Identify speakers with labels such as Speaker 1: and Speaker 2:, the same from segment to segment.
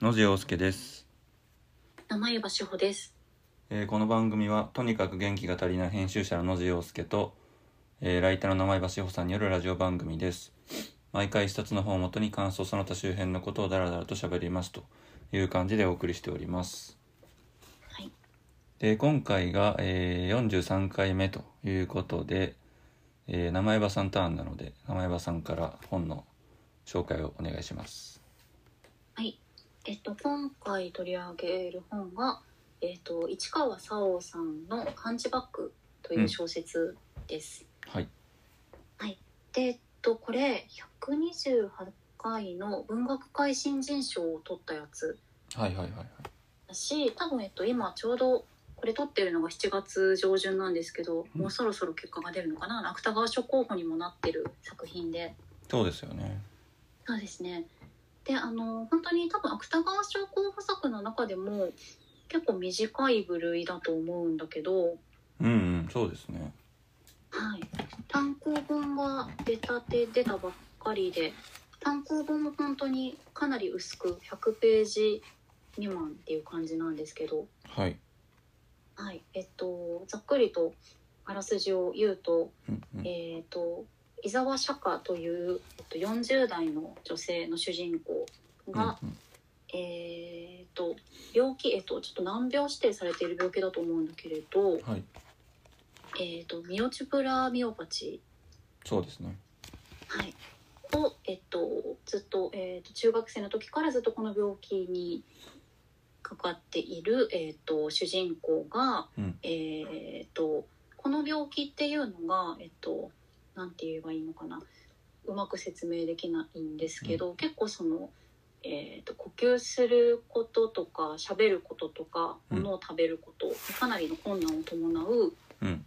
Speaker 1: 野次陽介です、
Speaker 2: 生湯葉志保です。
Speaker 1: えーこの番組はとにかく元気が足りない編集者の野次陽介と、えーライターの名前橋穂さんによるラジオ番組です毎回一冊の本をもとに感想その他周辺のことをダラダラと喋りますという感じでお送りしております
Speaker 2: はい。
Speaker 1: で今回が、えー43回目ということで、えー名前場さんターンなので名前場さんから本の紹介をお願いします
Speaker 2: はい。えっと、今回取り上げる本が、えっと、市川沙央さんの漢字バックという小説です。
Speaker 1: はい
Speaker 2: で、えっと、これ、128回の文学界新人賞を取ったやつ
Speaker 1: はいはいはいはい
Speaker 2: だし、多分、えっと、今ちょうど、これ取ってるのが7月上旬なんですけど、
Speaker 1: うん
Speaker 2: もうそろそろ結果が出るのかな芥川賞候補にもなってる作品で。
Speaker 1: そうですよね
Speaker 2: そうですね。で、あの、本当に多分芥川賞候補作の中でも。結構短い部類だと思うんだけど。
Speaker 1: うんうんそうですね
Speaker 2: はい。単行本が出たて出たばっかりで。単行本も本当にかなり薄く100ページ未満っていう感じなんですけど、
Speaker 1: はい
Speaker 2: はいえっと、ざっくりとあらすじを言うと、
Speaker 1: うんうん
Speaker 2: えー、と伊沢釈迦というえっと40代の女性の主人公が、
Speaker 1: うん
Speaker 2: えー、と病気、えっと、ちょっと難病指定されている病気だと思うんだけれど、
Speaker 1: うんはい
Speaker 2: えー、とミオチュプラミオパチ、
Speaker 1: そうですね
Speaker 2: はい、を、えっと、ずっと,、えー、と中学生の時からずっとこの病気にかかっている、えー、と主人公が、
Speaker 1: うん
Speaker 2: えー、とこの病気っていうのが、えっとなんて言えばいいのかなうまく説明できないんですけど、結構その。えー、と呼吸することとか喋ることとか
Speaker 1: うん
Speaker 2: 物を食べること、かなりの困難を伴う、
Speaker 1: うん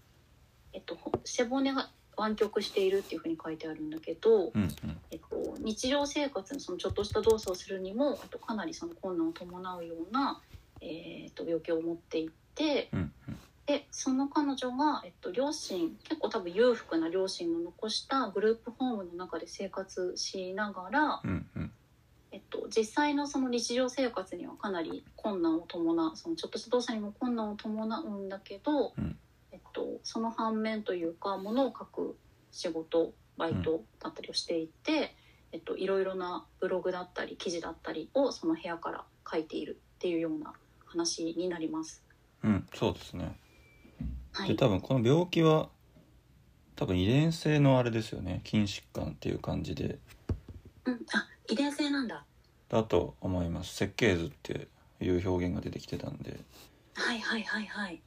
Speaker 2: えっと、背骨が湾曲しているっていうふうに書いてあるんだけど、
Speaker 1: うんうん
Speaker 2: えっと、日常生活のそのちょっとした動作をするにもあとかなりその困難を伴うような、えーっと病気を持っていて
Speaker 1: うんうん
Speaker 2: でその彼女が、えっと、両親結構多分裕福な両親の残したグループホームの中で生活しながら、
Speaker 1: うんうん
Speaker 2: えっと、実際のその日常生活にはかなり困難を伴うそのちょっとした動作にも困難を伴うんだけど、
Speaker 1: うん
Speaker 2: えっと、その反面というかものを書く仕事バイトだったりをしていて、えっと、いろいろなブログだったり記事だったりをその部屋から書いているっていうような話になります。
Speaker 1: うんそうですね
Speaker 2: は
Speaker 1: で
Speaker 2: い、
Speaker 1: 多分この病気は多分遺伝性のあれですよね筋疾患っていう感じで
Speaker 2: うん、あ遺伝性なんだ
Speaker 1: だと思います設計図っていう表現が出てきてたんで
Speaker 2: はいはいはいはい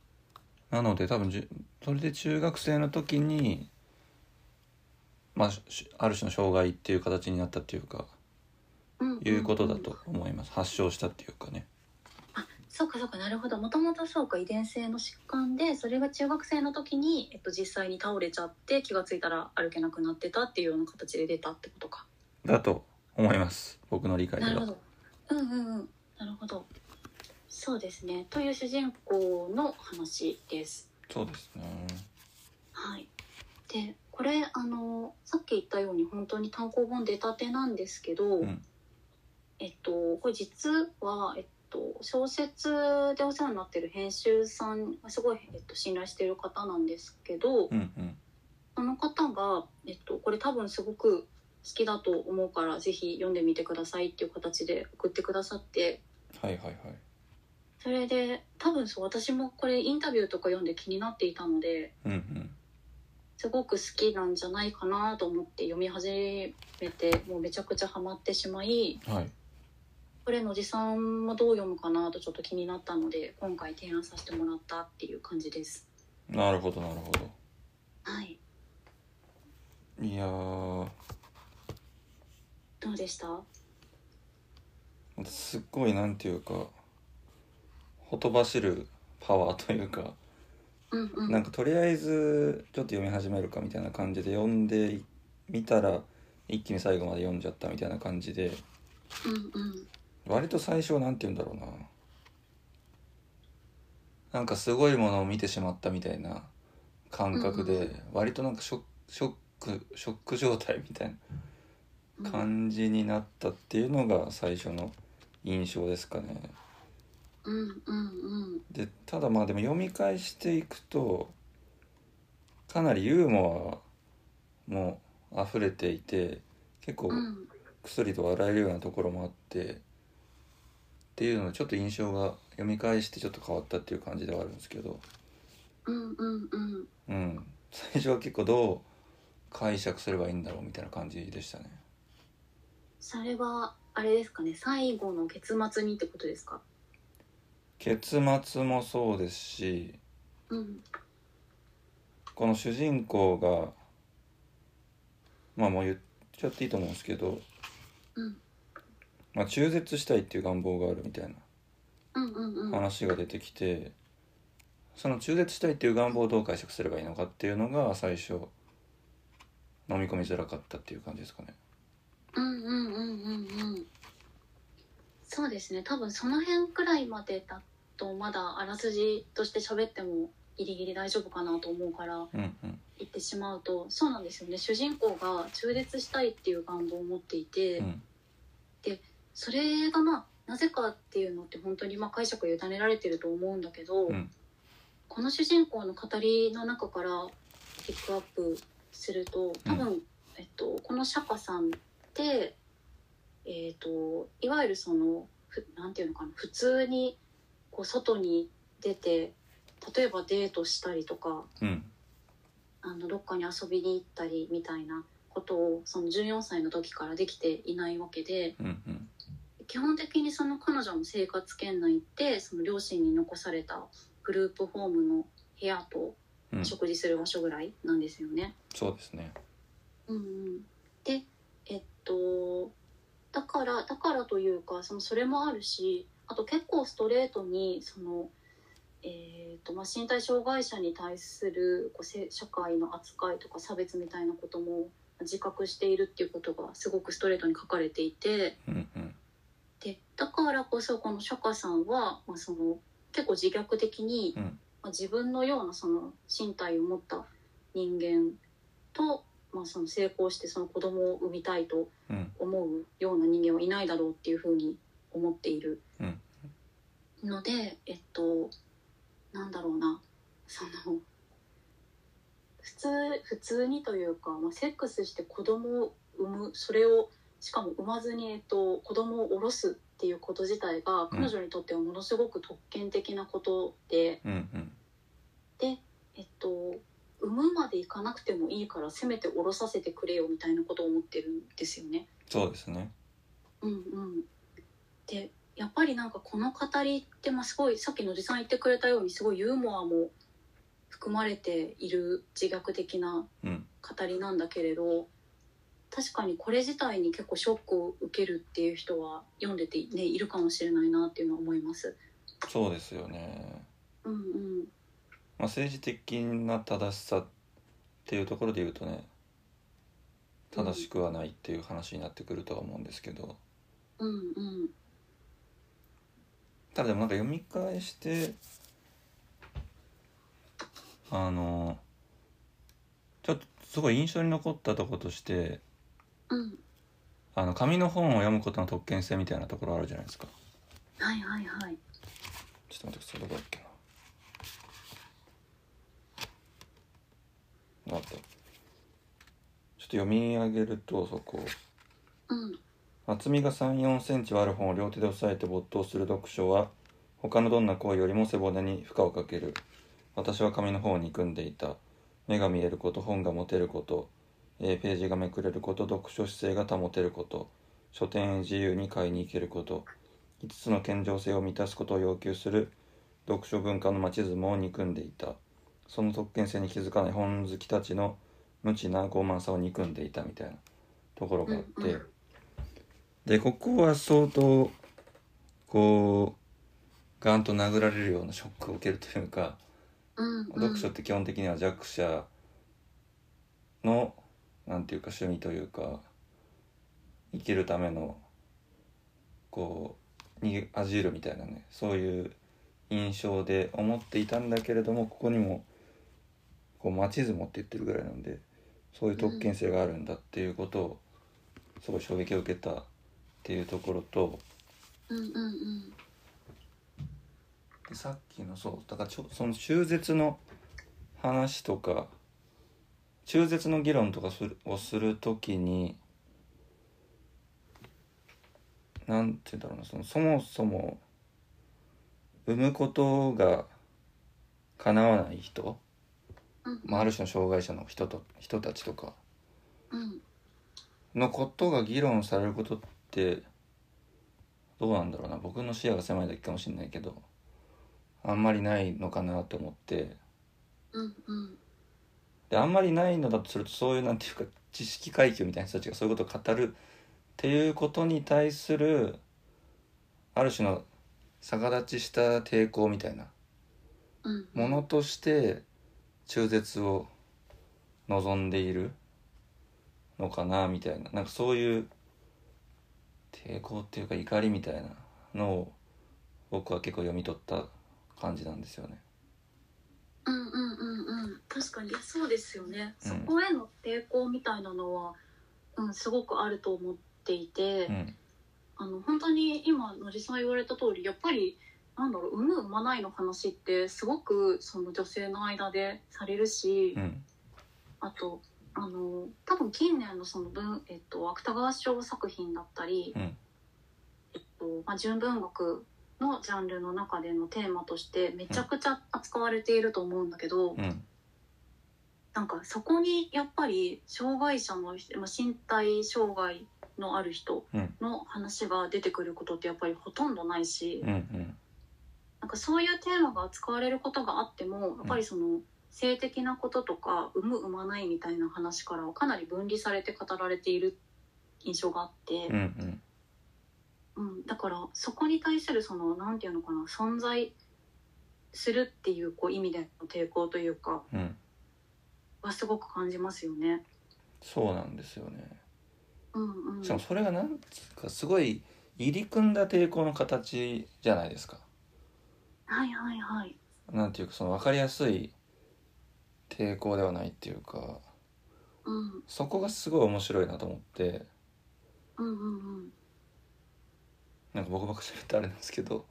Speaker 1: なので多分じゅそれで中学生の時にまあしある種の障害っていう形になったっていうか
Speaker 2: うんんん
Speaker 1: いうことだと思います発症したっていうかね
Speaker 2: そうかそうかなるほどもともとそうか遺伝性の疾患でそれが中学生の時に、えっと、実際に倒れちゃって気がついたら歩けなくなってたっていうような形で出たってことか
Speaker 1: だと思います僕の理解で
Speaker 2: なるほ
Speaker 1: は
Speaker 2: どうんうんうんなるほどそうですねという主人公の話です
Speaker 1: そうですね
Speaker 2: はいでこれあのさっき言ったように本当に単行本出たてなんですけど、
Speaker 1: うん
Speaker 2: えっとこれ実は、えっと、小説でお世話になってる編集さんがすごい、えっと、信頼してる方なんですけど、
Speaker 1: うんうん
Speaker 2: その方が、えっと、これ多分すごく好きだと思うからぜひ読んでみてくださいっていう形で送ってくださって
Speaker 1: はいはいはい
Speaker 2: それで多分そう私もこれインタビューとか読んで気になっていたので
Speaker 1: うんうん
Speaker 2: すごく好きなんじゃないかなと思って読み始めてもうめちゃくちゃハマってしまい
Speaker 1: はい、
Speaker 2: これのおじさんもどう読むかなとちょっと気になったので今回提案させてもらったっていう感じです。
Speaker 1: なるほどなるほど
Speaker 2: はい
Speaker 1: いやー
Speaker 2: どうでした
Speaker 1: すっごいなんていうかほとばしるパワーというか
Speaker 2: うんうん
Speaker 1: なんかとりあえずちょっと読み始めるかみたいな感じで読んでみたら一気に最後まで読んじゃったみたいな感じで
Speaker 2: うんうん
Speaker 1: 割と最初はなんて言うんだろうななんかすごいものを見てしまったみたいな感覚
Speaker 2: うんう
Speaker 1: で割となんかショックショックショック状態みたいな
Speaker 2: うん
Speaker 1: 感じになったっていうのが最初の印象ですかね。
Speaker 2: うんうん
Speaker 1: でただまあでも読み返していくとかなりユーモアも溢れていて結構
Speaker 2: うんうん
Speaker 1: 薬と笑えるようなところもあってっていうのでちょっと印象が読み返してちょっと変わったっていう感じではあるんですけど、
Speaker 2: うんうんうん
Speaker 1: うん、最初は結構どう解釈すればいいんだろうみたいな感じでしたね。
Speaker 2: それはあれですかね最後の結末にってことですか
Speaker 1: 結末もそうですし
Speaker 2: うん
Speaker 1: この主人公がまあもう言っちゃっていいと思うんですけど、
Speaker 2: うん
Speaker 1: まあ、中絶したいっていう願望があるみたい
Speaker 2: うんうんうん
Speaker 1: な話が出てきてその中絶したいっていう願望をどう解釈すればいいのかっていうのが最初飲み込みづらかったっていう感じですかね。
Speaker 2: うんうんうんうんうんそうですね多分その辺くらいまでだとまだあらすじとして喋ってもギリギリ大丈夫かなと思うから
Speaker 1: うんうん
Speaker 2: 言ってしまうとそうなんですよね主人公が中絶したいっていう願望を持っていて、
Speaker 1: うん
Speaker 2: それがまあなぜかっていうのって本当にまあ解釈を委ねられてると思うんだけど、
Speaker 1: うん
Speaker 2: この主人公の語りの中からピックアップすると多分、えっと、この釈迦さんって、えっと、いわゆるそのふなんていうのかな普通にこう外に出て例えばデートしたりとか
Speaker 1: うん
Speaker 2: あのどっかに遊びに行ったりみたいなことをその14歳の時からできていないわけで
Speaker 1: うんうん
Speaker 2: 基本的にその彼女の生活圏内ってその両親に残されたグループホームの部屋と
Speaker 1: うん
Speaker 2: 食事する場所ぐらいなんですよね。
Speaker 1: そうですね。
Speaker 2: うんうん、でえっとだからだからというかそのそれもあるしあと結構ストレートにその、えっとまあ、身体障害者に対するこうせ社会の扱いとか差別みたいなことも自覚しているっていうことがすごくストレートに書かれていて
Speaker 1: うんうん
Speaker 2: でだからこそこの釈迦さんは、まあ、その結構自虐的に、
Speaker 1: うん
Speaker 2: まあ、自分のようなその身体を持った人間と、まあ、その成功してその子供を産みたいと
Speaker 1: うん
Speaker 2: 思うような人間はいないだろうっていうふうに思っている
Speaker 1: うん
Speaker 2: ので、えっとなんだろうなその普通普通にというか、まあ、セックスして子供を産むそれをしかも産まずに、えっと、子供を下ろすっていうこと自体が彼女にとってはものすごく特権的なことで。
Speaker 1: うんうん
Speaker 2: えっと、産むまでいかなくてもいいからせめて下ろさせてくれよみたいなことを思ってるんですよね。
Speaker 1: そうですね。
Speaker 2: うんうん、でやっぱりなんかこの語りって、まあ、すごいさっき野地さん言ってくれたようにすごいユーモアも含まれている自虐的な
Speaker 1: うん
Speaker 2: 語りなんだけれど、確かにこれ自体に結構ショックを受けるっていう人は読んでて、ね、いるかもしれないなっていうのは思います。
Speaker 1: そうですよね。
Speaker 2: うんうん
Speaker 1: まあ、政治的な正しさっていうところで言うとね正しくはないっていう話になってくるとは思うんですけど
Speaker 2: うんうん
Speaker 1: ただでもなんか読み返してあのちょっとすごい印象に残ったとことして
Speaker 2: うん
Speaker 1: あの紙の本を読むことの特権性みたいなところあるじゃないですか
Speaker 2: はいはいはい。
Speaker 1: ちょっと待ってくださいどこだっけなあったちょっと読み上げるとそこ
Speaker 2: うん
Speaker 1: 厚みが3 4センチはある本を両手で押さえて没頭する読書は他のどんな行為よりも背骨に負荷をかける私は紙の方に組んでいた目が見えること本が持てること、えーページがめくれること読書姿勢が保てること書店へ自由に買いに行けること5つの健常性を満たすことを要求する読書文化のマチズムを憎んでいたその特権性に気づかない本好きたちの無知な傲慢さを憎んでいたみたいなところがあって。
Speaker 2: うんうん
Speaker 1: でここは相当こうガンと殴られるようなショックを受けるというか、
Speaker 2: うんうん、
Speaker 1: 読書って基本的には弱者のなんていうか趣味というか生きるためのこうにあじるみたいなねそういう印象で思っていたんだけれどもここにもこうマチズモって言ってるぐらいなんでそういう特権性があるんだっていうことをすごい衝撃を受けたっていうところと
Speaker 2: うんうんうん
Speaker 1: でさっきのそうだからちょその中絶の話とか中絶の議論とかするをするときになんて言うんだろうなそのそもそも産むことが叶わない人、
Speaker 2: うん
Speaker 1: まあ、ある種の障害者の人と人たちとか
Speaker 2: うん
Speaker 1: のことが議論されることってどうなんだろうな僕の視野が狭いだけかもしれないけどあんまりないのかなと思って
Speaker 2: うんうん
Speaker 1: であんまりないのだとするとそういうなんていうか知識階級みたいな人たちがそういうことを語るっていうことに対するある種の逆立ちした抵抗みたいな
Speaker 2: うん
Speaker 1: ものとして中絶を望んでいるのかなみたいななんかそういう抵抗っていうか怒りみたいなのを僕は結構読み取った感じなんですよね。
Speaker 2: うんうんうんうん確かにそうですよね、
Speaker 1: うん
Speaker 2: そこへの抵抗みたいなのは、うん、すごくあると思っていて、
Speaker 1: うん、
Speaker 2: あの本当に今野地さん言われた通りやっぱりなんだろう産む産まないの話ってすごくその女性の間でされるし、
Speaker 1: うん、
Speaker 2: あとあの多分近年のその文、えっと、芥川賞作品だったり、
Speaker 1: うん
Speaker 2: えっとまあ、純文学のジャンルの中でのテーマとしてめちゃくちゃ扱われていると思うんだけど、
Speaker 1: うん、
Speaker 2: なんかそこにやっぱり障害者の人、まあ、身体障害のある人
Speaker 1: うん
Speaker 2: の話が出てくることってやっぱりほとんどないし、
Speaker 1: うん、うん、
Speaker 2: なんかそういうテーマが扱われることがあってもやっぱりその性的なこととか産む産まないみたいな話からはかなり分離されて語られている印象があって
Speaker 1: うん、う、ん、
Speaker 2: うん、だからそこに対するそのなんていうのかな存在するっていうこう意味での抵抗というか
Speaker 1: うん、
Speaker 2: はすごく感じますよね。
Speaker 1: そうなんですよね。
Speaker 2: うんうん、
Speaker 1: しかもそれがなんつうかすごい入り組んだ抵抗の形じゃないですか。
Speaker 2: はいはいはい。
Speaker 1: なんていうかその分かりやすい抵抗ではないっていうか
Speaker 2: うん
Speaker 1: そこがすごい面白いなと思って
Speaker 2: うんうんうん。
Speaker 1: なんか僕ばっかり喋ってあれなんですけど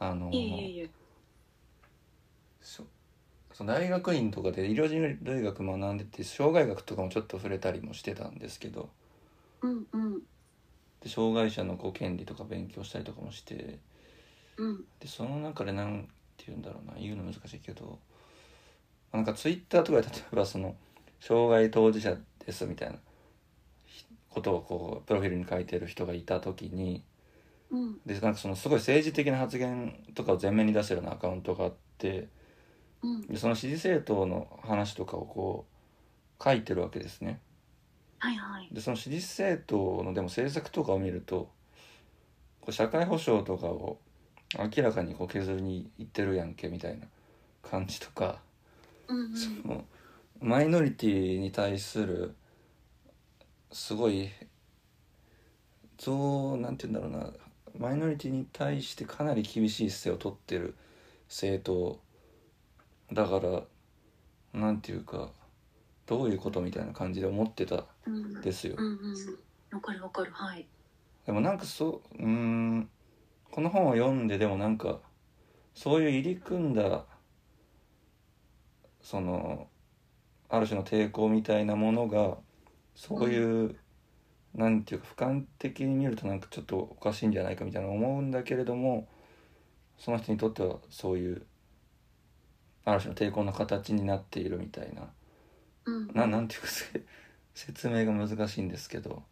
Speaker 1: あの
Speaker 2: いえいえいえ。
Speaker 1: そその大学院とかで医療人類学学んでて障害学とかもちょっと触れたりもしてたんですけど
Speaker 2: うんうん
Speaker 1: で障害者のこう権利とか勉強したりとかもして
Speaker 2: うん
Speaker 1: でその中でなんて言うんだろうな言うの難しいけどなんかツイッターとかで例えばその障害当事者ですみたいなひことをこうプロフィールに書いてる人がいた時に
Speaker 2: うん
Speaker 1: でなんかそのすごい政治的な発言とかを前面に出してるようなアカウントがあって
Speaker 2: うん。
Speaker 1: でその支持政党の話とかをこう書いてるわけですね。
Speaker 2: はいはい。
Speaker 1: でその支持政党のでも政策とかを見るとこう社会保障とかを明らかにこう削りにいってるやんけみたいな感じとか、
Speaker 2: うんうん
Speaker 1: そのマイノリティに対するすごいそうなんて言うんだろうなマイノリティに対してかなり厳しい姿勢を取ってる政党だからなんていうかどういうことみたいな感じで思ってた
Speaker 2: うん。
Speaker 1: んですよ
Speaker 2: う。んうん。わかるわかる。はい。
Speaker 1: でもなんかそううーんこの本を読んででもなんかそういう入り組んだそのある種の抵抗みたいなものがそういう、なんていうか俯瞰的に見るとなんかちょっとおかしいんじゃないかみたいな思うんだけれどもその人にとってはそういうある種の抵抗の形になっているみたいな
Speaker 2: うん。
Speaker 1: ななんていうかせ 説明が難しいんですけど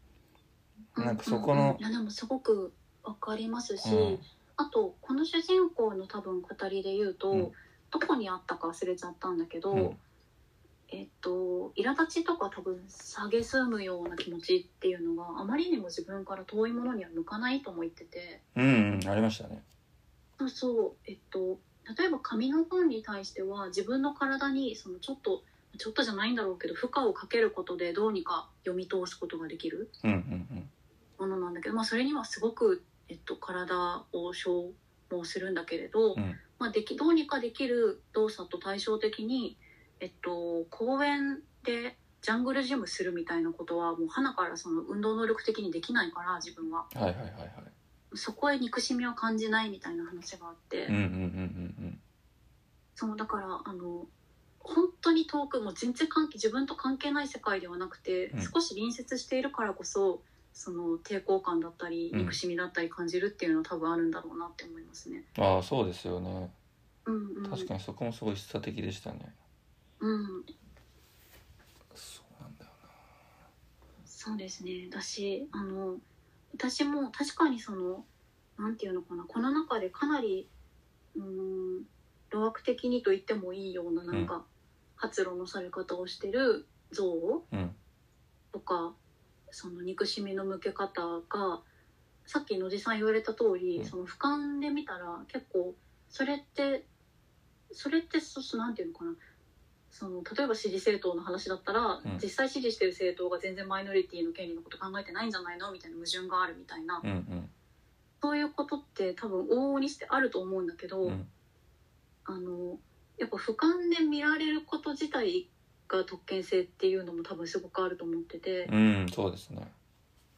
Speaker 1: なんかそこの
Speaker 2: うんうんうんいやでもすごくわかりますし、
Speaker 1: うん
Speaker 2: あとこの主人公の多分語りで言うと、
Speaker 1: うん
Speaker 2: どこにあったか忘れちゃったんだけど、
Speaker 1: うん
Speaker 2: えっと苛立ちとか多分下げすむような気持ちっていうのがあまりにも自分から遠いものには向かないとも言ってて
Speaker 1: うん、うん、ありましたね。
Speaker 2: そうそうえっと例えば髪の分に対しては自分の体にそのちょっとちょっとじゃないんだろうけど負荷をかけることでどうにか読み通すことができる
Speaker 1: うんうん
Speaker 2: ものなんだけど、まあ、それにはすごく、えっと、体を消耗するんだけれど、
Speaker 1: うん
Speaker 2: まあ、できどうにかできる動作と対照的に、えっと、公園でジャングルジムするみたいなことはもう花からその運動能力的にできないから自分は。
Speaker 1: うん。はいはいはいはい。
Speaker 2: そこへ憎しみを感じないみたいな話があって、
Speaker 1: うんうんうんうん
Speaker 2: そうだからあの本当に遠くもう全然関係自分と関係ない世界ではなくて、
Speaker 1: うん
Speaker 2: 少し隣接しているからこそその抵抗感だったり
Speaker 1: うん
Speaker 2: 憎しみだったり感じるっていうのは多分あるんだろうなって思いますね。
Speaker 1: うんああそうですよね
Speaker 2: うんうん、
Speaker 1: 確かにそこもすごい示唆的でしたね
Speaker 2: うん、
Speaker 1: そうなんだよ
Speaker 2: そうですねだしあの私も確かにそのなんていうのかなこの中でかなりうーん路悪的にと言ってもいいようななんか、発露のされ方をしてる像
Speaker 1: うん
Speaker 2: とかその憎しみの向け方がさっき野地さん言われた通り、
Speaker 1: うん
Speaker 2: その俯瞰で見たら結構それってそれってそそなんていうのかなその例えば支持政党の話だったら、
Speaker 1: うん
Speaker 2: 実際支持してる政党が全然マイノリティの権利のこと考えてないんじゃないのみたいな矛盾があるみたいな、
Speaker 1: うんうん
Speaker 2: そういうことって多分往々にしてあると思うんだけど、
Speaker 1: うん
Speaker 2: あのやっぱ俯瞰で見られること自体が特権性っていうのも多分すごくあると思ってて。
Speaker 1: うんそうですね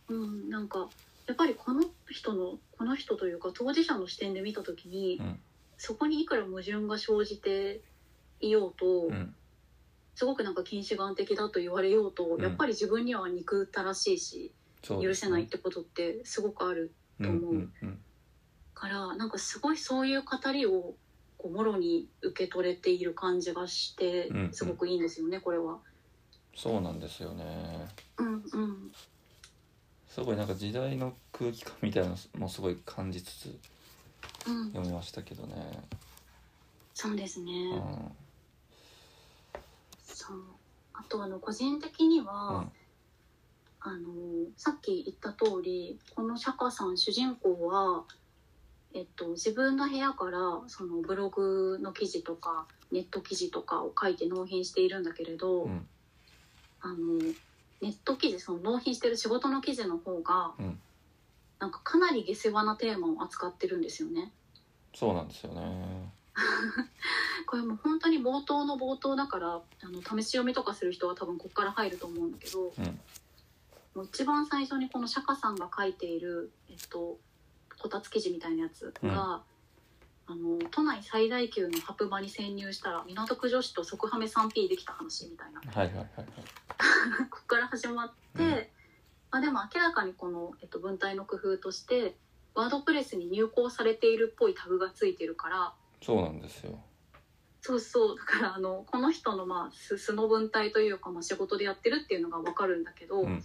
Speaker 2: うん、なんかやっぱりこの人のこの人というか当事者の視点で見た時に、
Speaker 1: うん
Speaker 2: そこにいくら矛盾が生じていようと、
Speaker 1: うん
Speaker 2: すごくなんか近視眼的だと言われようと、
Speaker 1: ん
Speaker 2: やっぱり自分には憎たらしいし
Speaker 1: そう
Speaker 2: 許
Speaker 1: です
Speaker 2: せ
Speaker 1: ね
Speaker 2: ないってことってすごくある
Speaker 1: うんうんうん
Speaker 2: からなんかすごいそういう語りをこうもろに受け取れている感じがして、
Speaker 1: うん
Speaker 2: すごくいいんですよねこれは。
Speaker 1: そうなんですよね
Speaker 2: うんうん
Speaker 1: すごいなんか時代の空気感みたいなのもすごい感じつつ
Speaker 2: うん、
Speaker 1: 読みましたけどね
Speaker 2: そうですね。
Speaker 1: うん
Speaker 2: そうあとあの個人的に
Speaker 1: う
Speaker 2: は、
Speaker 1: ん
Speaker 2: あのさっき言った通りこの釈迦さん主人公は、えっと、自分の部屋からそのブログの記事とかネット記事とかを書いて納品しているんだけれど、
Speaker 1: うん
Speaker 2: あのネット記事その納品してる仕事の記事の方が、
Speaker 1: うん
Speaker 2: なんかかなり下世話なテーマを扱ってるんですよね。
Speaker 1: そうなんですよね
Speaker 2: これもう本当に冒頭の冒頭だからあの試し読みとかする人は多分こっから入ると思うんだけど、
Speaker 1: うん
Speaker 2: もう一番最初にこの釈迦さんが書いている、えっと、こたつ記事みたいなやつが、
Speaker 1: うん
Speaker 2: あの都内最大級のハプ場に潜入したら港区女子と即ハメ 3P できた話みたいな
Speaker 1: はいはいはいはい
Speaker 2: こっから始まって、
Speaker 1: うん
Speaker 2: まあ、でも明らかにこの、えっと、文体の工夫としてワードプレスに入稿されているっぽいタグがついてるから。
Speaker 1: そうなんですよ
Speaker 2: そうそうだからあのこの人の、まあ、素素の文体というか、まあ、仕事でやってるっていうのが分かるんだけど、
Speaker 1: うんうん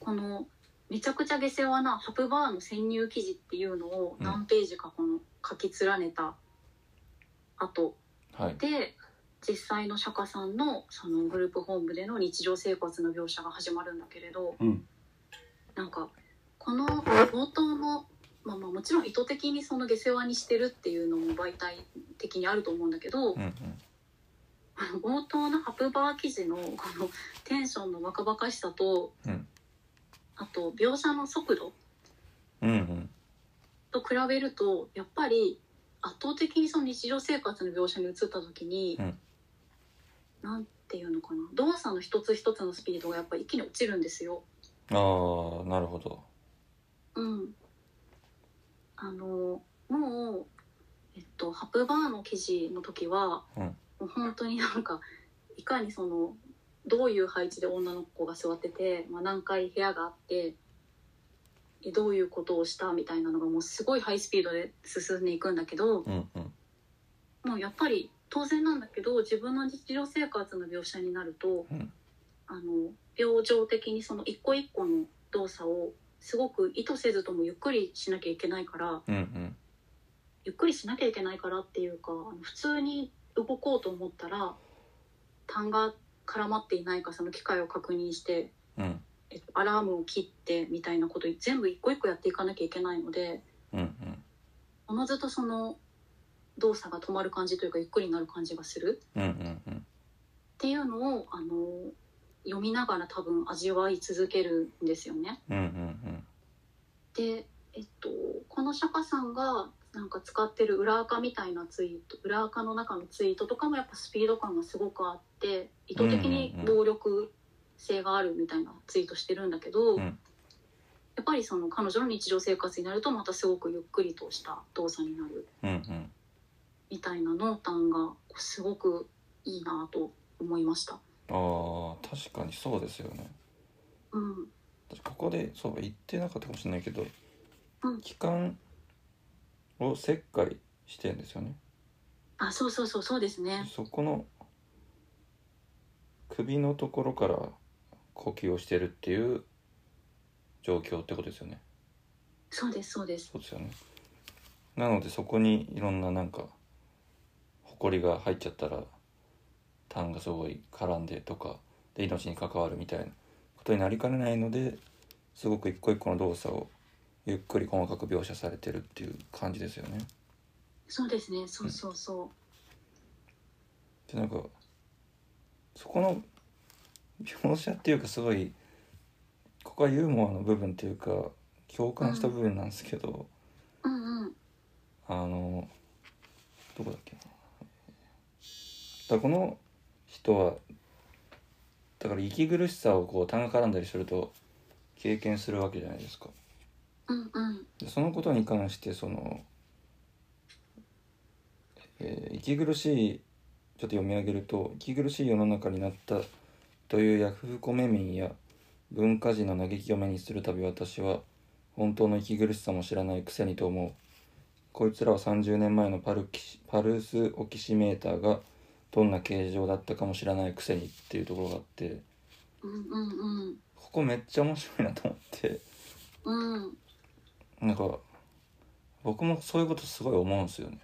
Speaker 2: このめちゃくちゃ下世話なハプバーの潜入記事っていうのを
Speaker 1: うん
Speaker 2: 何ページかこの書き連ねた後
Speaker 1: はい
Speaker 2: で実際の釈迦さんのそのグループホームでの日常生活の描写が始まるんだけれど
Speaker 1: うん
Speaker 2: なんかこの冒頭の、まあ、まあもちろん意図的にその下世話にしてるっていうのも媒体的にあると思うんだけど、
Speaker 1: うんうん
Speaker 2: 冒頭のハプバー記事のこのテンションの若々しさと、
Speaker 1: うん
Speaker 2: あと描写の速度
Speaker 1: うんうん
Speaker 2: と比べるとやっぱり圧倒的にその日常生活の描写に移った時に、
Speaker 1: うん
Speaker 2: なんていうのかな動作の一つ一つのスピードがやっぱり一気に落ちるんですよ。
Speaker 1: ああなるほど
Speaker 2: うん、あのもう、えっと、ハプバーの記事の時は、
Speaker 1: うん
Speaker 2: もう本当になんかいかにそのどういう配置で女の子が座ってて、まあ、何回部屋があってえどういうことをしたみたいなのがもうすごいハイスピードで進んでいくんだけど、
Speaker 1: うんうん
Speaker 2: もうやっぱり当然なんだけど自分の日常生活の描写になると、
Speaker 1: うん
Speaker 2: あの病状的にその一個一個の動作をすごく意図せずともゆっくりしなきゃいけないから
Speaker 1: うんうん
Speaker 2: ゆっくりしなきゃいけないからっていうかあの普通に動こうと思ったら痰が絡まっていないかその機械を確認して、
Speaker 1: うん
Speaker 2: えっと、アラームを切ってみたいなこと全部一個一個やっていかなきゃいけないので
Speaker 1: うんうん
Speaker 2: おのずとその動作が止まる感じというかゆっくりになる感じがする。
Speaker 1: うんうんうん
Speaker 2: っていうのをあの読みながら多分味わい続けるんですよね。
Speaker 1: うんうん
Speaker 2: で、えっと、この釈迦さんがなんか使ってる裏垢みたいなツイート裏垢の中のツイートとかもやっぱスピード感がすごくあって意図的に暴力性があるみたいなツイートしてるんだけど、
Speaker 1: うん
Speaker 2: やっぱりその彼女の日常生活になるとまたすごくゆっくりとした動作になる
Speaker 1: うんうん
Speaker 2: みたいな濃淡がすごくいいなと思いました。
Speaker 1: ああ確かにそうですよね
Speaker 2: うん、
Speaker 1: 私ここでそう言ってなかったかもしれないけど、
Speaker 2: うん
Speaker 1: 気管を切開してんですよね
Speaker 2: あそうそうそうそうですね。
Speaker 1: そこの首のところから呼吸をしてるっていう状況ってことですよね
Speaker 2: そうですそうです。
Speaker 1: そうですよねなのでそこにいろんななんかほこりが入っちゃったら痰がすごい絡んでとかで命に関わるみたいなことになりかねないのですごく一個一個の動作をゆっくり細かく描写されてるっていう感じですよね。
Speaker 2: そうですね。そうそうそう。
Speaker 1: でなんかそこの描写っていうかすごいここはユーモアの部分っていうか共感した部分なんですけど。
Speaker 2: うんうん。
Speaker 1: あのどこだっけなだからこの人はだから息苦しさをこう痰が絡んだりすると経験するわけじゃないですか
Speaker 2: うんうん。
Speaker 1: でそのことに関してその、えー息苦しいちょっと読み上げると息苦しい世の中になったというヤフコメ民や文化人の嘆きを目にするたび私は本当の息苦しさも知らないくせにと思うこいつらは30年前のパルキシパルスオキシメーターがどんな形状だったかも知らないくせにっていうところがあって
Speaker 2: うんうん
Speaker 1: ここめっちゃ面白いなと思って
Speaker 2: うん。うん。
Speaker 1: なんか僕もそういうことすごい思うんですよね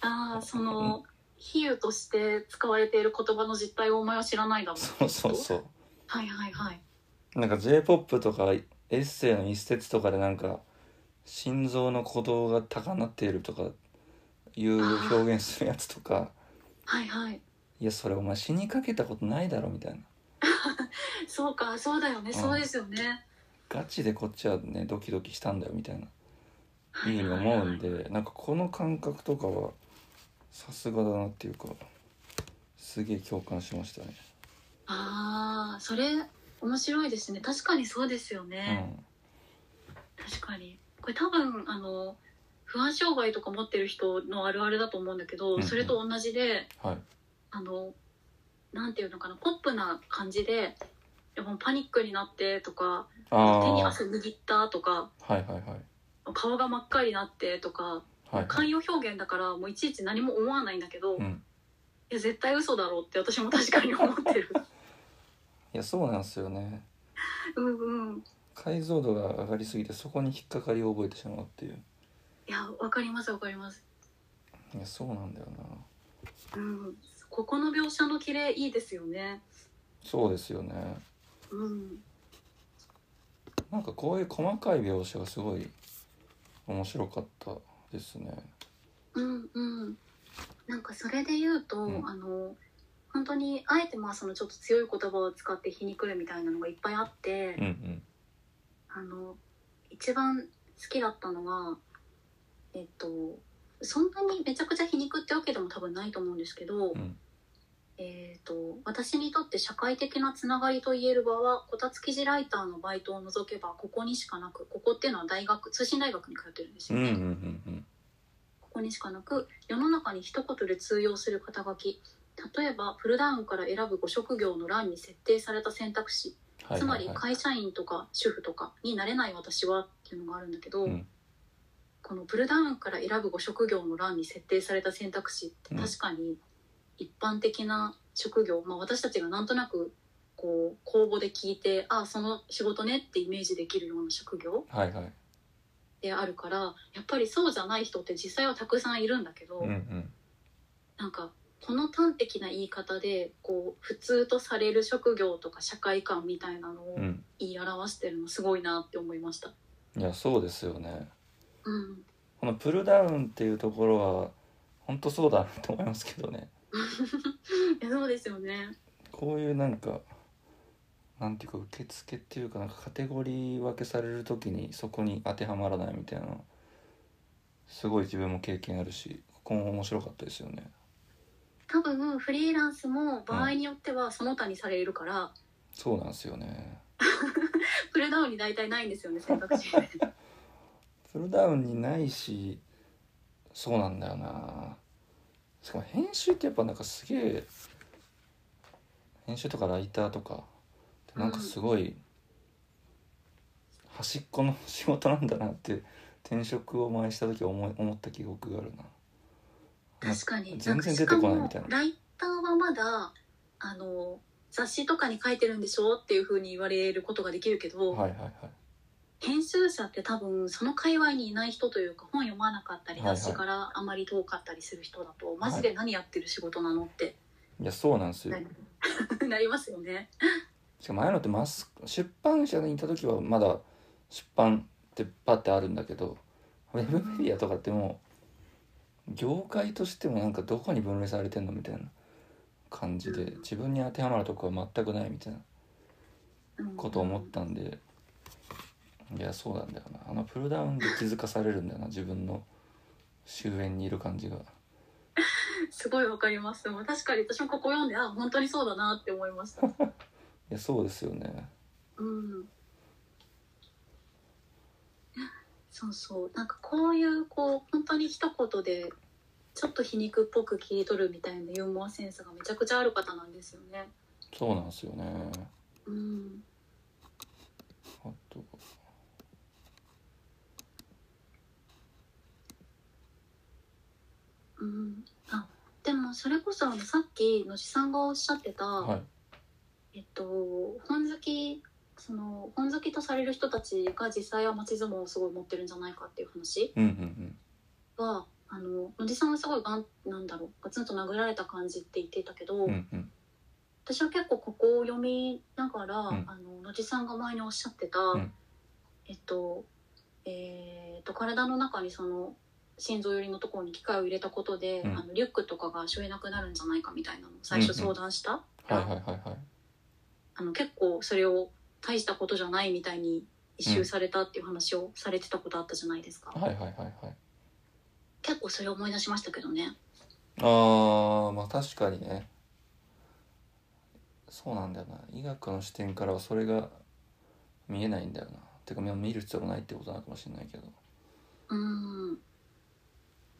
Speaker 2: ああその比喩として使われている言葉の実態をお前は知らないだもん。
Speaker 1: そうそうそう
Speaker 2: はいはいはい。
Speaker 1: なんか J−POP とかエッセイの一節とかでなんか心臓の鼓動が高鳴っているとかいう表現するやつと か
Speaker 2: はいはい。
Speaker 1: いやそれお前死にかけたことないだろみたいな
Speaker 2: そうかそうだよね。
Speaker 1: ん
Speaker 2: そうですよね。
Speaker 1: ガチでこっちはねドキドキしたんだよみたいな
Speaker 2: はいいう
Speaker 1: ふうに
Speaker 2: はい
Speaker 1: 思う
Speaker 2: は
Speaker 1: ん
Speaker 2: い。
Speaker 1: でなんかこの感覚とかはさすがだなっていうかすげえ共感しましたね。
Speaker 2: ああそれ面白いですね。確かにそうですよ
Speaker 1: う
Speaker 2: ね。
Speaker 1: ん、
Speaker 2: 確かに。これ多分あの不安障害とか持ってる人のあるあるだと思うんだけど、
Speaker 1: うんうん
Speaker 2: それと同じで。
Speaker 1: はい、
Speaker 2: あのなんていうのかなポップな感じででもパニックになってとか
Speaker 1: ああ
Speaker 2: 手に
Speaker 1: はい
Speaker 2: 汗握ったとか
Speaker 1: はいはい
Speaker 2: 顔が真っ赤になってとか
Speaker 1: はいはい
Speaker 2: 寛容表現だからもういちいち何も思わないんだけど、
Speaker 1: う
Speaker 2: い
Speaker 1: ん
Speaker 2: や絶対嘘だろうって私も確かに思ってる
Speaker 1: いやそうなんですよね
Speaker 2: うんうん
Speaker 1: 解像度が上がりすぎてそこに引っかかりを覚えてしまうっていう
Speaker 2: いやわかりますわかります
Speaker 1: いやそうなんだよな
Speaker 2: うんここの描写の綺麗いいですよね
Speaker 1: そうですよね
Speaker 2: うん
Speaker 1: なんかこういう細かい描写がすごい面白かったですね
Speaker 2: うんうんなんかそれで言うと、
Speaker 1: うん
Speaker 2: あの本当にあえてまあそのちょっと強い言葉を使って皮肉るみたいなのがいっぱいあって、
Speaker 1: うんうん
Speaker 2: あの一番好きだったのはえっとそんなにめちゃくちゃ皮肉ってわけでも多分ないと思うんですけど、
Speaker 1: うん
Speaker 2: えっと私にとって社会的なつながりといえる場はこたつ記事ライターのバイトを除けばここにしかなくここっていうのは大学通信大学に通ってるんです
Speaker 1: うん
Speaker 2: よ
Speaker 1: うん
Speaker 2: ね、
Speaker 1: うん
Speaker 2: ここにしかなく世の中に一言で通用する肩書き例えばフルダウンから選ぶご職業の欄に設定された選択肢
Speaker 1: はい
Speaker 2: つま
Speaker 1: はい
Speaker 2: り
Speaker 1: はい
Speaker 2: 会社員とか主婦とかになれない私はっていうのがあるんだけど、
Speaker 1: うん
Speaker 2: このプルダウンから選ぶご職業の欄に設定された選択肢って
Speaker 1: うん
Speaker 2: 確かに一般的な職業、まあ、私たちがなんとなくこう公募で聞いてああその仕事ねってイメージできるような職業
Speaker 1: はいはい
Speaker 2: であるからやっぱりそうじゃない人って実際はたくさんいるんだけど、
Speaker 1: うんうん
Speaker 2: なんかこの端的な言い方でこう普通とされる職業とか社会観みたいなのを
Speaker 1: うん
Speaker 2: 言い表してるのすごいなって思いました。
Speaker 1: いやそうですよね
Speaker 2: うん、
Speaker 1: このプルダウンっていうところは本当そうだなと思いますけどね
Speaker 2: えそうですよね。
Speaker 1: こういうなんかなんていうか受付っていうかなんかカテゴリー分けされるときにそこに当てはまらないみたいなすごい自分も経験あるしここも面白かったですよね
Speaker 2: 多分フリーランスも場合によってはその他にされるから、
Speaker 1: そうなんですよね
Speaker 2: プルダウンに大体ないんですよね 選択肢
Speaker 1: プルダウンにないしそうなんだよなしかも編集ってやっぱなんかすげえ編集とかライターとかってなんかすごい端っこの仕事なんだなって転職を前した時思い思った記憶があるな
Speaker 2: 確かに
Speaker 1: 全然出てこないみたいなん
Speaker 2: かしかもライターはまだあの雑誌とかに書いてるんでしょっていうふうに言われることができるけど、
Speaker 1: はいはいはい
Speaker 2: 編集者って多分その界隈にいない人というか本読まなかったり
Speaker 1: はいはい
Speaker 2: 雑誌からあまり遠かったりする人だと、マジで何やってる仕事なのって、
Speaker 1: いやそうなんですよ
Speaker 2: なりなりますよね。
Speaker 1: しかもああいうのってマスク出版社にいた時はまだ出版ってパッてあるんだけどウェブメディアとかってもう業界としてもなんかどこに分類されてんのみたいな感じで
Speaker 2: うん
Speaker 1: 自分に当てはまるとこは全くないみたいな
Speaker 2: うん
Speaker 1: ことを思ったんでいやそうなんだよなあのプルダウンで気づかされるんだよな自分の終焉にいる感じが
Speaker 2: すごいわかります。でも確かに私もここ読んであ本当にそうだなって思い ました。
Speaker 1: いやそうですよね
Speaker 2: うん。そうそう。なんかこういうこう本当に一言でちょっと皮肉っぽく切り取るみたいなユーモアセンスがめちゃくちゃある方なんですよね。
Speaker 1: そうなんですよね
Speaker 2: うん。
Speaker 1: あと
Speaker 2: うん、あでもそれこそあのさっき野地さんがおっしゃってた、
Speaker 1: はい
Speaker 2: えっと、本好きその本好きとされる人たちが実際は町相撲をすごい持ってるんじゃないかっていう話
Speaker 1: うんうん
Speaker 2: はあの野地さんはすごいがんなんだろうガツンと殴られた感じって言っていたけど、
Speaker 1: うんうんうん
Speaker 2: 私は結構ここを読みながら、
Speaker 1: ん
Speaker 2: あの野地さんが前におっしゃってた、
Speaker 1: ん
Speaker 2: えっとえーっと体の中にその心臓寄りのところに機械を入れたことで、
Speaker 1: うん
Speaker 2: あのリュックとかが背負えなくなるんじゃないかみたいなのを最初相談した、
Speaker 1: はいはいはいはい
Speaker 2: あの結構それを大したことじゃないみたいに一周されたっていう話をされてたことあったじゃないですか、
Speaker 1: はいはいはいはい
Speaker 2: 結構それを思い出しましたけどね
Speaker 1: ああまあ確かにねそうなんだよな医学の視点からはそれが見えないんだよなてかまあ見る必要がないってことなのかもしれないけど
Speaker 2: うん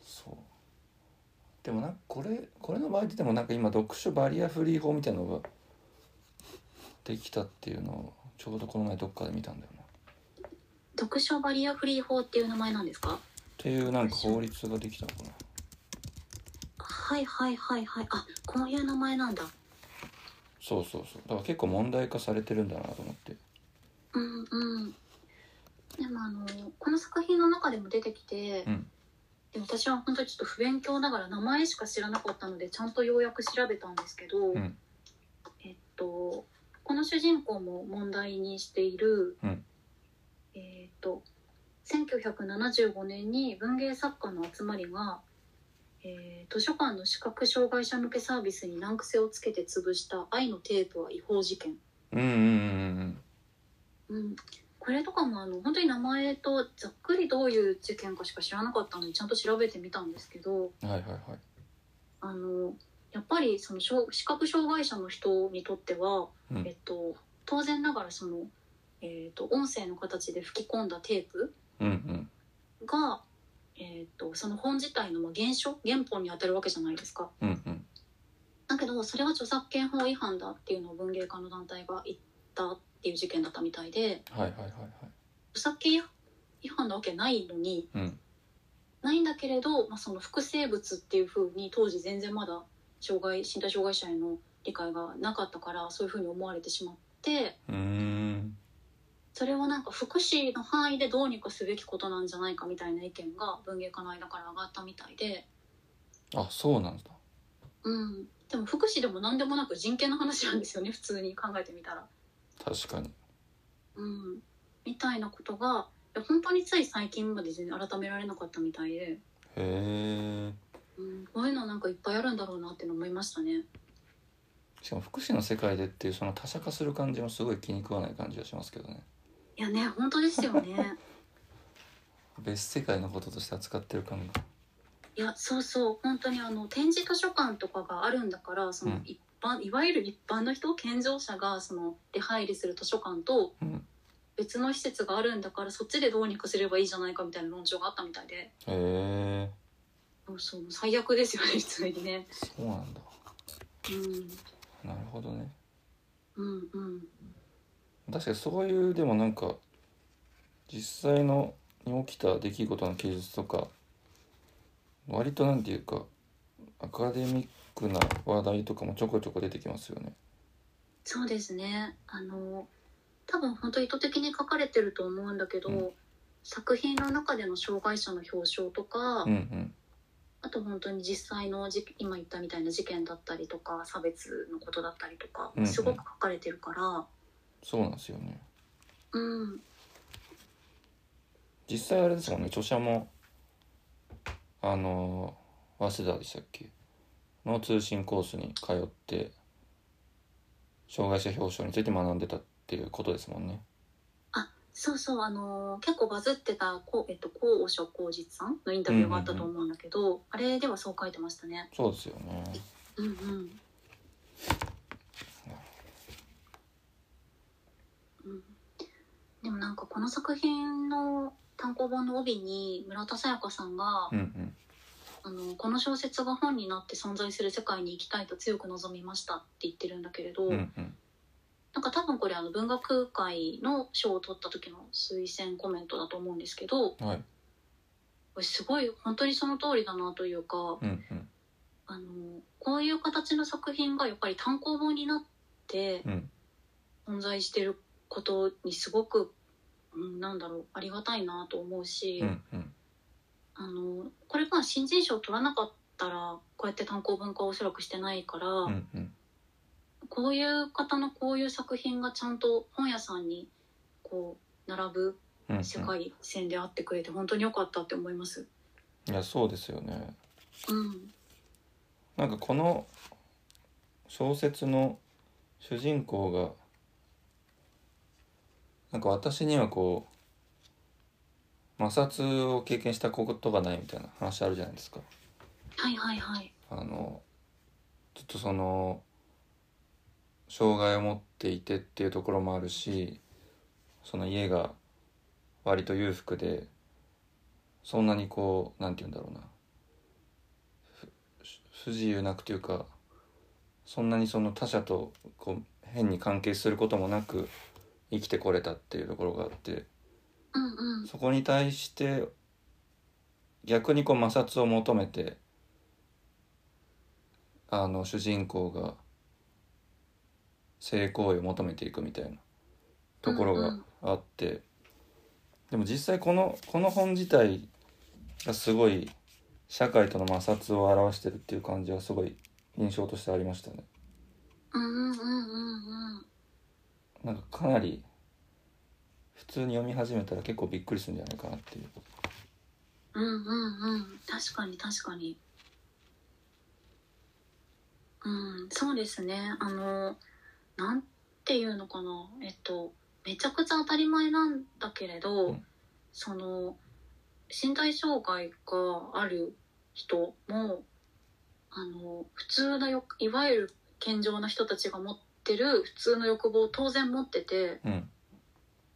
Speaker 1: そうでもなんかこれこれの場合ででもなんか今読書バリアフリー法みたいなのができたっていうのをちょうどこの前どっかで見たんだよなっ
Speaker 2: 読書バリアフリー法っていう名前なんですか
Speaker 1: ていうなんか法律ができたのかな
Speaker 2: はいはいはいはいあこういう名前なんだ
Speaker 1: そうそうそうだから結構問題化されてるんだなと思って
Speaker 2: うんうんでもあのこの作品の中でも出てきて、
Speaker 1: うん
Speaker 2: でも私は本当にちょっと不勉強ながら名前しか知らなかったのでちゃんとようやく調べたんですけど、
Speaker 1: ん
Speaker 2: えっとこの主人公も問題にしている、
Speaker 1: うん
Speaker 2: えっと1975年に文芸作家の集まりが、えー図書館の視覚障害者向けサービスに難癖をつけて潰した「愛のテープは違法事件」
Speaker 1: うんうんうん
Speaker 2: うん、これとかもあの本当に名前とざっくりどういう事件かしか知らなかったのでちゃんと調べてみたんですけど
Speaker 1: うんはいはいはい
Speaker 2: あのやっぱりそのしょ視覚障害者の人にとっては、
Speaker 1: うん
Speaker 2: えっと、当然ながらその、えっと音声の形で吹き込んだテープ
Speaker 1: うんうん
Speaker 2: が、えっとその本自体のまあ原書原本に当たるわけじゃないですか。
Speaker 1: うんうん
Speaker 2: だけどそれは著作権法違反だっていうのを文芸家の団体が言ったっていう事件だったみたいで
Speaker 1: はいはいはいはい
Speaker 2: 著作権違反なわけないのに。
Speaker 1: うん
Speaker 2: ないんだけれど、まあ、その複生物っていうふうに当時全然まだ障害身体障害者への理解がなかったからそういうふうに思われてしまって
Speaker 1: うーん
Speaker 2: それをなんか福祉の範囲でどうにかすべきことなんじゃないかみたいな意見が文芸家の間から上がったみたいで、
Speaker 1: あそうなんだ
Speaker 2: うん、でも福祉でも何でもなく人権の話なんですよね普通に考えてみたら。
Speaker 1: 確かに
Speaker 2: うん、みたいなことがいや本当につい最近まで全然改められなかったみたいで、
Speaker 1: へえ
Speaker 2: うん、こういうのなんかいっぱいあるんだろうなっていうの思いましたね。
Speaker 1: しかも福祉の世界でっていうその他者化する感じもすごい気に食わない感じがしますけどね
Speaker 2: いやね本当ですよね。
Speaker 1: 別世界のこととして扱ってる感が
Speaker 2: いやそうそう本当にあの展示図書館とかがあるんだからその、
Speaker 1: うん
Speaker 2: 一般いわゆる一般の人健常者がその出入りする図書館と
Speaker 1: うん
Speaker 2: 別の施設があるんだからそっちでどうにかすればいいじゃないかみたいな論調があったみたいで
Speaker 1: へえ
Speaker 2: そうそう最悪ですよね普通にね。
Speaker 1: そうなんだ
Speaker 2: うん
Speaker 1: なるほどね
Speaker 2: うんうん
Speaker 1: 確かにそういうでもなんか実際のに起きた出来事の記述とか割となんていうかアカデミックな話題とかもちょこちょこ出てきますよね。
Speaker 2: そうですねあの多分本当意図的に書かれてると思うんだけど、
Speaker 1: うん
Speaker 2: 作品の中での障害者の表彰とか、
Speaker 1: うんうん
Speaker 2: あと本当に実際のじ今言ったみたいな事件だったりとか差別のことだったりとか
Speaker 1: うんうん
Speaker 2: すごく書かれてるから、
Speaker 1: そうなんですよね。
Speaker 2: うん
Speaker 1: 実際あれですもんね著者もあの早稲田でしたっけの通信コースに通って障害者表彰について学んでたっていうことですもんね。
Speaker 2: そうそうあのー結構バズってたこう、えっと、高尾所幸実さんのインタビューがあったと思うんだけど、あれではそう書いてましたね。
Speaker 1: そうですよね。
Speaker 2: うんうんうん、でもなんかこの作品の単行本の帯に村田沙耶香さんが、
Speaker 1: うんうん。
Speaker 2: あの「この小説が本になって存在する世界に行きたいと強く望みました」って言ってるんだけれど、
Speaker 1: うんうん。
Speaker 2: なんか多分これあの文学界の賞を取った時の推薦コメントだと思うんですけど
Speaker 1: はい。
Speaker 2: これすごい本当にその通りだなというか
Speaker 1: うんうん。
Speaker 2: あのこういう形の作品がやっぱり単行本になって
Speaker 1: うん
Speaker 2: 存在してることにすごく、うん、なんだろうありがたいなと思うし、
Speaker 1: うんうん。
Speaker 2: あのこれが新人賞を取らなかったらこうやって単行文化をおそらくしてないから。
Speaker 1: うんうん。
Speaker 2: こういう方のこういう作品がちゃんと本屋さんにこう並ぶ
Speaker 1: うんうん
Speaker 2: 世界線であってくれて本当に良かったって思います。
Speaker 1: いやそうですよね
Speaker 2: うん、
Speaker 1: なんかこの小説の主人公がなんか私にはこう摩擦を経験したことがないみたいな話あるじゃないですか
Speaker 2: はいはいはい。
Speaker 1: あのちょっとその障害を持っていてっていうところもあるしその家が割と裕福でそんなにこうなんて言うんだろうなふ不自由なくというかそんなにその他者とこう変に関係することもなく生きてこれたっていうところがあって
Speaker 2: うんうん
Speaker 1: そこに対して逆にこう摩擦を求めてあの主人公が性行為を求めていくみたいなところがあって、でも実際このこの本自体がすごい社会との摩擦を表してるっていう感じはすごい印象としてありましたね。
Speaker 2: うんうんうんうんうん。
Speaker 1: なんかかなり普通に読み始めたら結構びっくりするんじゃないかなっていう。
Speaker 2: うんうんうん。確かに確かに。うん、そうですね。あの、なんていうのかな。えっと、めちゃくちゃ当たり前なんだけれど、
Speaker 1: うん
Speaker 2: その、身体障害がある人も、あの、普通のよ、いわゆる健常な人たちが持ってる普通の欲望を当然持ってて、
Speaker 1: うん、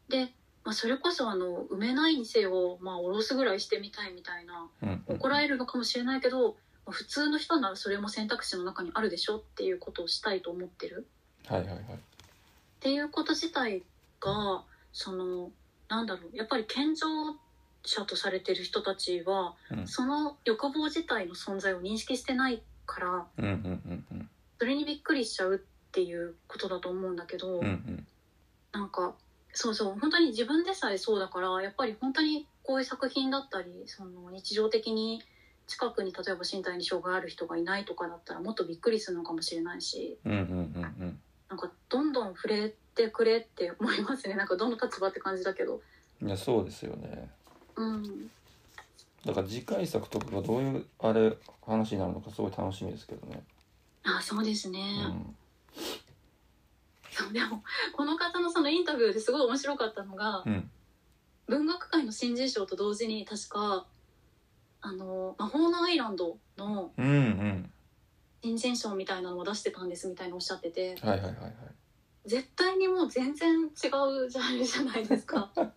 Speaker 2: で、まあ、それこそあの埋めないにせよ、まあ、下ろすぐらいしてみたいみたいな
Speaker 1: うん、うん
Speaker 2: 怒られるのかもしれないけど、まあ、普通の人ならそれも選択肢の中にあるでしょっていうことをしたいと思ってる
Speaker 1: はいはいはい。
Speaker 2: っていうこと自体がそのなんだろうやっぱり健常者とされてる人たちは
Speaker 1: うん
Speaker 2: その欲望自体の存在を認識してないから
Speaker 1: うんうんうん
Speaker 2: それにびっくりしちゃうっていうことだと思うんだけど。
Speaker 1: うんうん
Speaker 2: なんかそうそう本当に自分でさえそうだからやっぱり本当にこういう作品だったりその日常的に近くに例えば身体に障害ある人がいないとかだったらもっとびっくりするのかもしれないし
Speaker 1: うんうんうんうん
Speaker 2: なんかどんどん触れてくれって 思いますねなんかどの立場って感じだけど
Speaker 1: うんいやそうですよね
Speaker 2: うん
Speaker 1: だから次回作とかがどういうあれ話になるのかすごい楽しみですけどね、
Speaker 2: あそうですね、
Speaker 1: うん、
Speaker 2: そうでもこの方のそのインタビューですごい面白かったのが、
Speaker 1: うん
Speaker 2: 文学界の新人賞と同時に確かあの魔法のアイランドの
Speaker 1: うんうん
Speaker 2: 新人賞みたいなのを出してたんですみたいにおっしゃってて
Speaker 1: はいはいはいはい
Speaker 2: 絶対にもう全然違うジャンルじゃないで すかなん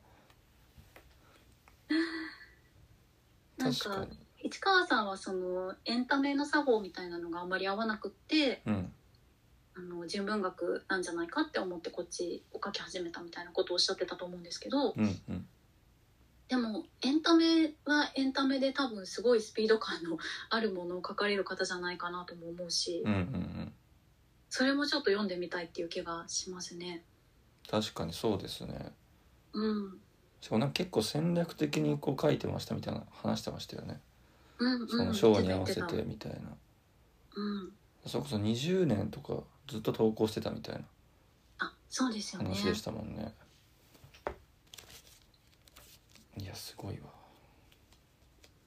Speaker 1: 確か
Speaker 2: か
Speaker 1: に
Speaker 2: 市川さんはそのエンタメの作法みたいなのがあんまり合わなくって
Speaker 1: うん
Speaker 2: あの純文学なんじゃないかって思ってこっちを書き始めたみたいなことをおっしゃってたと思うんですけど
Speaker 1: うんうん
Speaker 2: でもエンタメはエンタメで多分すごいスピード感のあるものを書かれる方じゃないかなとも思うし
Speaker 1: うんうんうん
Speaker 2: それもちょっと読んでみたいっていう気がしますね。
Speaker 1: 確かにそうですね
Speaker 2: うん
Speaker 1: しかもなんか結構戦略的にこう書いてましたみたいな話してましたよね
Speaker 2: うんうん、
Speaker 1: その章に合わせ
Speaker 2: 言ってた
Speaker 1: て
Speaker 2: 言って
Speaker 1: みたいな
Speaker 2: たうん、
Speaker 1: それこそ20年とかずっと投稿してたみたいな
Speaker 2: あそうですよね
Speaker 1: 話でしたもんねいやすごいわ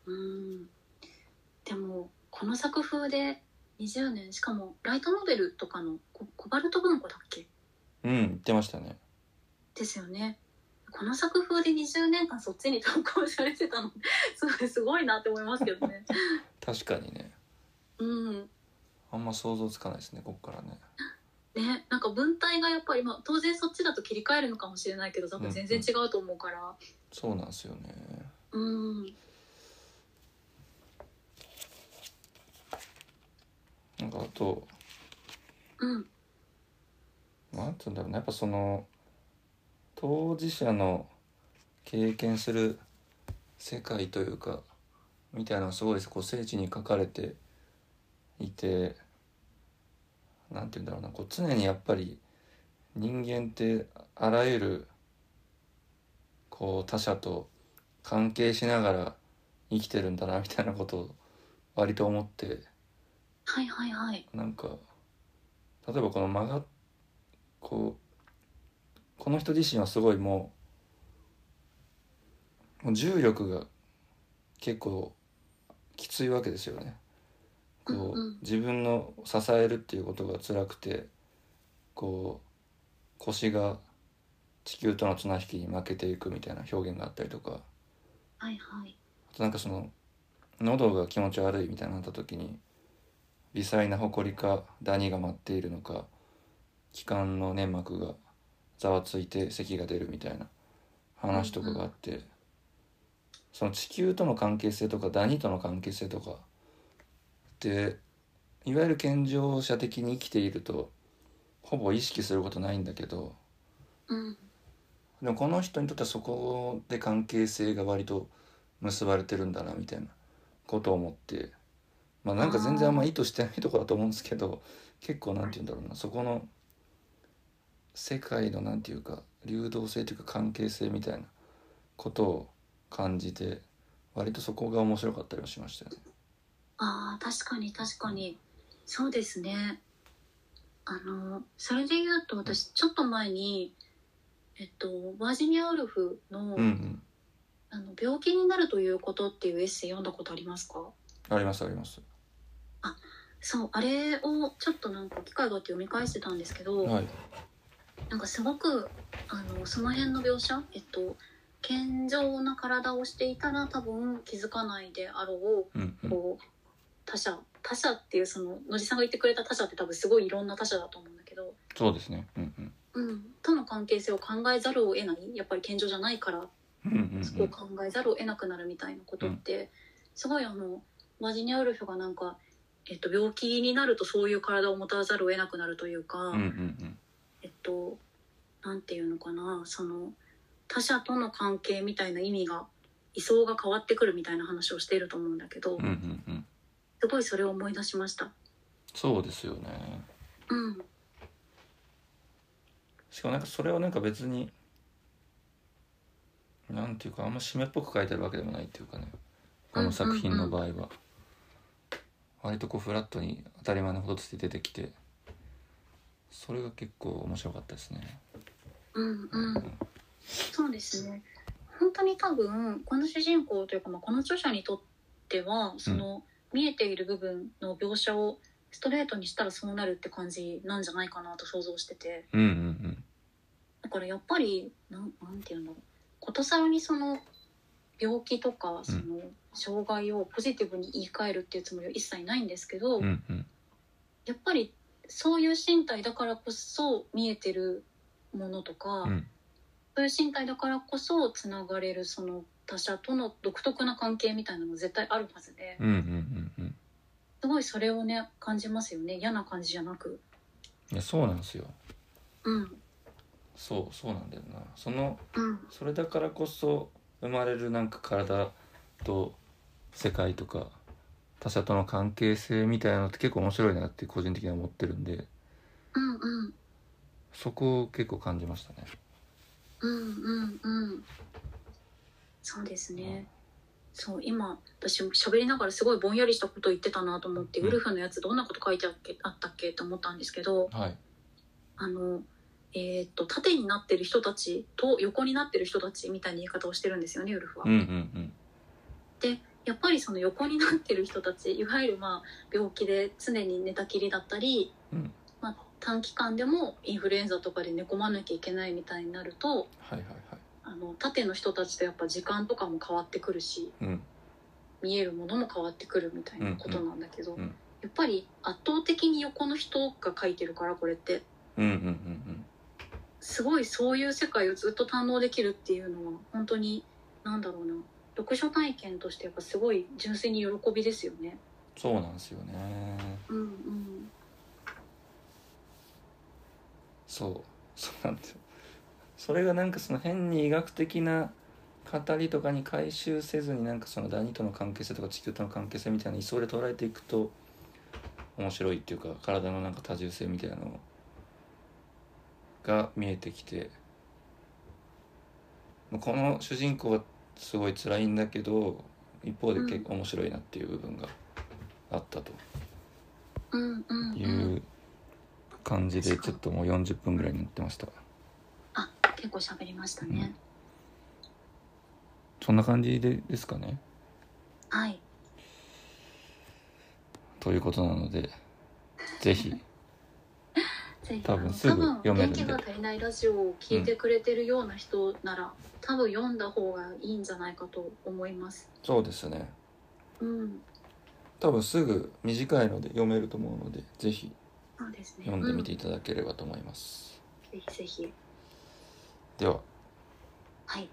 Speaker 2: うんでもこの作風で20年しかもライトノベルとかのココバルト文庫だっけ
Speaker 1: うん言ってましたね
Speaker 2: ですよねこの作風で20年間そっちに投稿されてたの すごいすごいなって思いますけどね
Speaker 1: 確かにね
Speaker 2: うん
Speaker 1: あんま想像つかないですねこっからね
Speaker 2: ねなんか文体がやっぱり、まあ、当然そっちだと切り替えるのかもしれないけど多分全然違うと思うから
Speaker 1: そうなんですよね
Speaker 2: うん
Speaker 1: なんかあと
Speaker 2: うん
Speaker 1: なんて言うんだろうねやっぱその当事者の経験する世界というかみたいなのがすごいこう精緻に書かれていてなんて言うんだろうなこう常にやっぱり人間ってあらゆるこう他者と関係しながら生きてるんだなみたいなことを割と思って
Speaker 2: はいはいはい
Speaker 1: なんか例えばこの曲がこうこの人自身はすごいもうもう重力が結構きついわけですよね。こう
Speaker 2: うんうん
Speaker 1: 自分の支えるっていうことが辛くてこう腰が地球との綱引きに負けていくみたいな表現があったりとか
Speaker 2: はいはい
Speaker 1: あとなんかその喉が気持ち悪いみたいになった時に微細な埃かダニが舞っているのか気管の粘膜がざわついて咳が出るみたいな話とかがあって、その地球との関係性とかダニとの関係性とかっていわゆる健常者的に生きているとほぼ意識することないんだけど
Speaker 2: うん
Speaker 1: でもこの人にとってはそこで関係性が割と結ばれてるんだなみたいなことを思ってまあなんか全然あんま意図してないところだと思うんですけど結構なんて言うんだろうなそこの世界のなんていうか流動性というか関係性みたいなことを感じて割とそこが面白かったりはしましたよね。
Speaker 2: あー確かに確かにそうですねあのそれで言うと私ちょっと前にえっとバージニア・ウルフ
Speaker 1: うん
Speaker 2: の,、
Speaker 1: うん、
Speaker 2: あの「病気になるということ」っていうエッセイ読んだことありますか
Speaker 1: ありますあります。
Speaker 2: そうあれをちょっとなんか機会があって読み返してたんですけど、
Speaker 1: はい、
Speaker 2: なんかすごくあのその辺の描写えっと健常な体をしていたら多分気づかないであろう
Speaker 1: うんうん、
Speaker 2: こう他者他者っていうその野地さんが言ってくれた他者って多分すごいいろんな他者だと思うんだけど、
Speaker 1: そうですね。うんうん
Speaker 2: うん、との関係性を考えざるを得ないやっぱり健常じゃないから
Speaker 1: うんうん
Speaker 2: そうこを
Speaker 1: ん
Speaker 2: 考えざるを得なくなるみたいなことって、すごいあのマジニアウルフがなんか、えっと、病気になるとそういう体を持たざるを得なくなるというか、
Speaker 1: うんうん
Speaker 2: えっとなんていうのかなその他者との関係みたいな意味が位相が変わってくるみたいな話をしていると思うんだけど、
Speaker 1: うんうんうんうん
Speaker 2: すごいそれを思い出しました。
Speaker 1: そうですよね。
Speaker 2: うん
Speaker 1: しかもなんかそれをなんか別になんていうかあんま締めっぽく書いてあるわけでもないっていうかねこの作品の場合は、割とこうフラットに当たり前のこととして出てきてそれが結構面白かったですね。
Speaker 2: うんうん、そうですね本当に多分この主人公というか、まあ、この著者にとってはその、見えている部分の描写をストレートにしたらそうなるって感じなんじゃないかなと想像してて
Speaker 1: うんうん
Speaker 2: だからやっぱりなんなんていうんだろうことさらにその病気とかその障害をポジティブに言い換えるっていうつもりは一切ないんですけど、
Speaker 1: うんうんうん
Speaker 2: やっぱりそういう身体だからこそ見えてるものとか、
Speaker 1: うん
Speaker 2: そういう身体だからこそつながれるその他者との独特な関係みたいなの絶対あるはずで
Speaker 1: うんうんうんうん
Speaker 2: すごいそれをね感じますよね嫌な感じじゃなく。
Speaker 1: いやそうなんですよ
Speaker 2: うん
Speaker 1: そうそうなんだよなその
Speaker 2: うん
Speaker 1: それだからこそ生まれるなんか体と世界とか他者との関係性みたいなのって結構面白いなって個人的には思ってるんで
Speaker 2: うんうん
Speaker 1: そこを結構感じましたね
Speaker 2: うんうんうんそうですね。そう今私も喋りながらすごいぼんやりしたこと言ってたなと思って、
Speaker 1: うん
Speaker 2: ウルフのやつどんなこと書いてあっけあったっけと思ったんですけど
Speaker 1: はい
Speaker 2: あの、えーっと縦になってる人たちと横になってる人たちみたいな言い方をしてるんですよねウルフは。
Speaker 1: うんうん
Speaker 2: やっぱりその横になってる人たちいわゆるまあ病気で常に寝たきりだったり、
Speaker 1: うん
Speaker 2: まあ、短期間でもインフルエンザとかで寝込まなきゃいけないみたいになると
Speaker 1: はいはいはい
Speaker 2: あの縦の人たちとやっぱ時間とかも変わってくるし
Speaker 1: うん
Speaker 2: 見えるものも変わってくるみたいなことなんだけど、
Speaker 1: うんうん
Speaker 2: やっぱり圧倒的に横の人が書いてるからこれって
Speaker 1: うんうんうん
Speaker 2: すごいそういう世界をずっと堪能できるっていうのは本当になんだろうな読書体験としてやっぱすごい純粋に喜びですよね。
Speaker 1: そうなんですよね
Speaker 2: うんうん
Speaker 1: そうそうなんですよそれがなんかその変に医学的な語りとかに回収せずになんかその第二との関係性とか地球との関係性みたいな一層で捉えていくと面白いっていうか体のなんか多重性みたいなのが見えてきてまあこの主人公はすごい辛いんだけど一方で結構面白いなっていう部分があったと
Speaker 2: うんうんうん
Speaker 1: いう感じでちょっともう40分ぐらいになってました。
Speaker 2: あ結構喋りましたね、
Speaker 1: そんな感じでですかね。
Speaker 2: はい
Speaker 1: ということなので、ぜひ、
Speaker 2: ぜひ
Speaker 1: 多分
Speaker 2: あの
Speaker 1: すぐ読めるんで
Speaker 2: 多分元気が足りないラジオを聞いてくれてるような人なら、多分読んだ方がいいんじゃないかと思います
Speaker 1: そうですね。
Speaker 2: うん
Speaker 1: 多分すぐ短いので読めると思うので、ぜひ
Speaker 2: そうですね
Speaker 1: 読んでみていただければと思います。
Speaker 2: うんぜひぜひ
Speaker 1: では、
Speaker 2: はい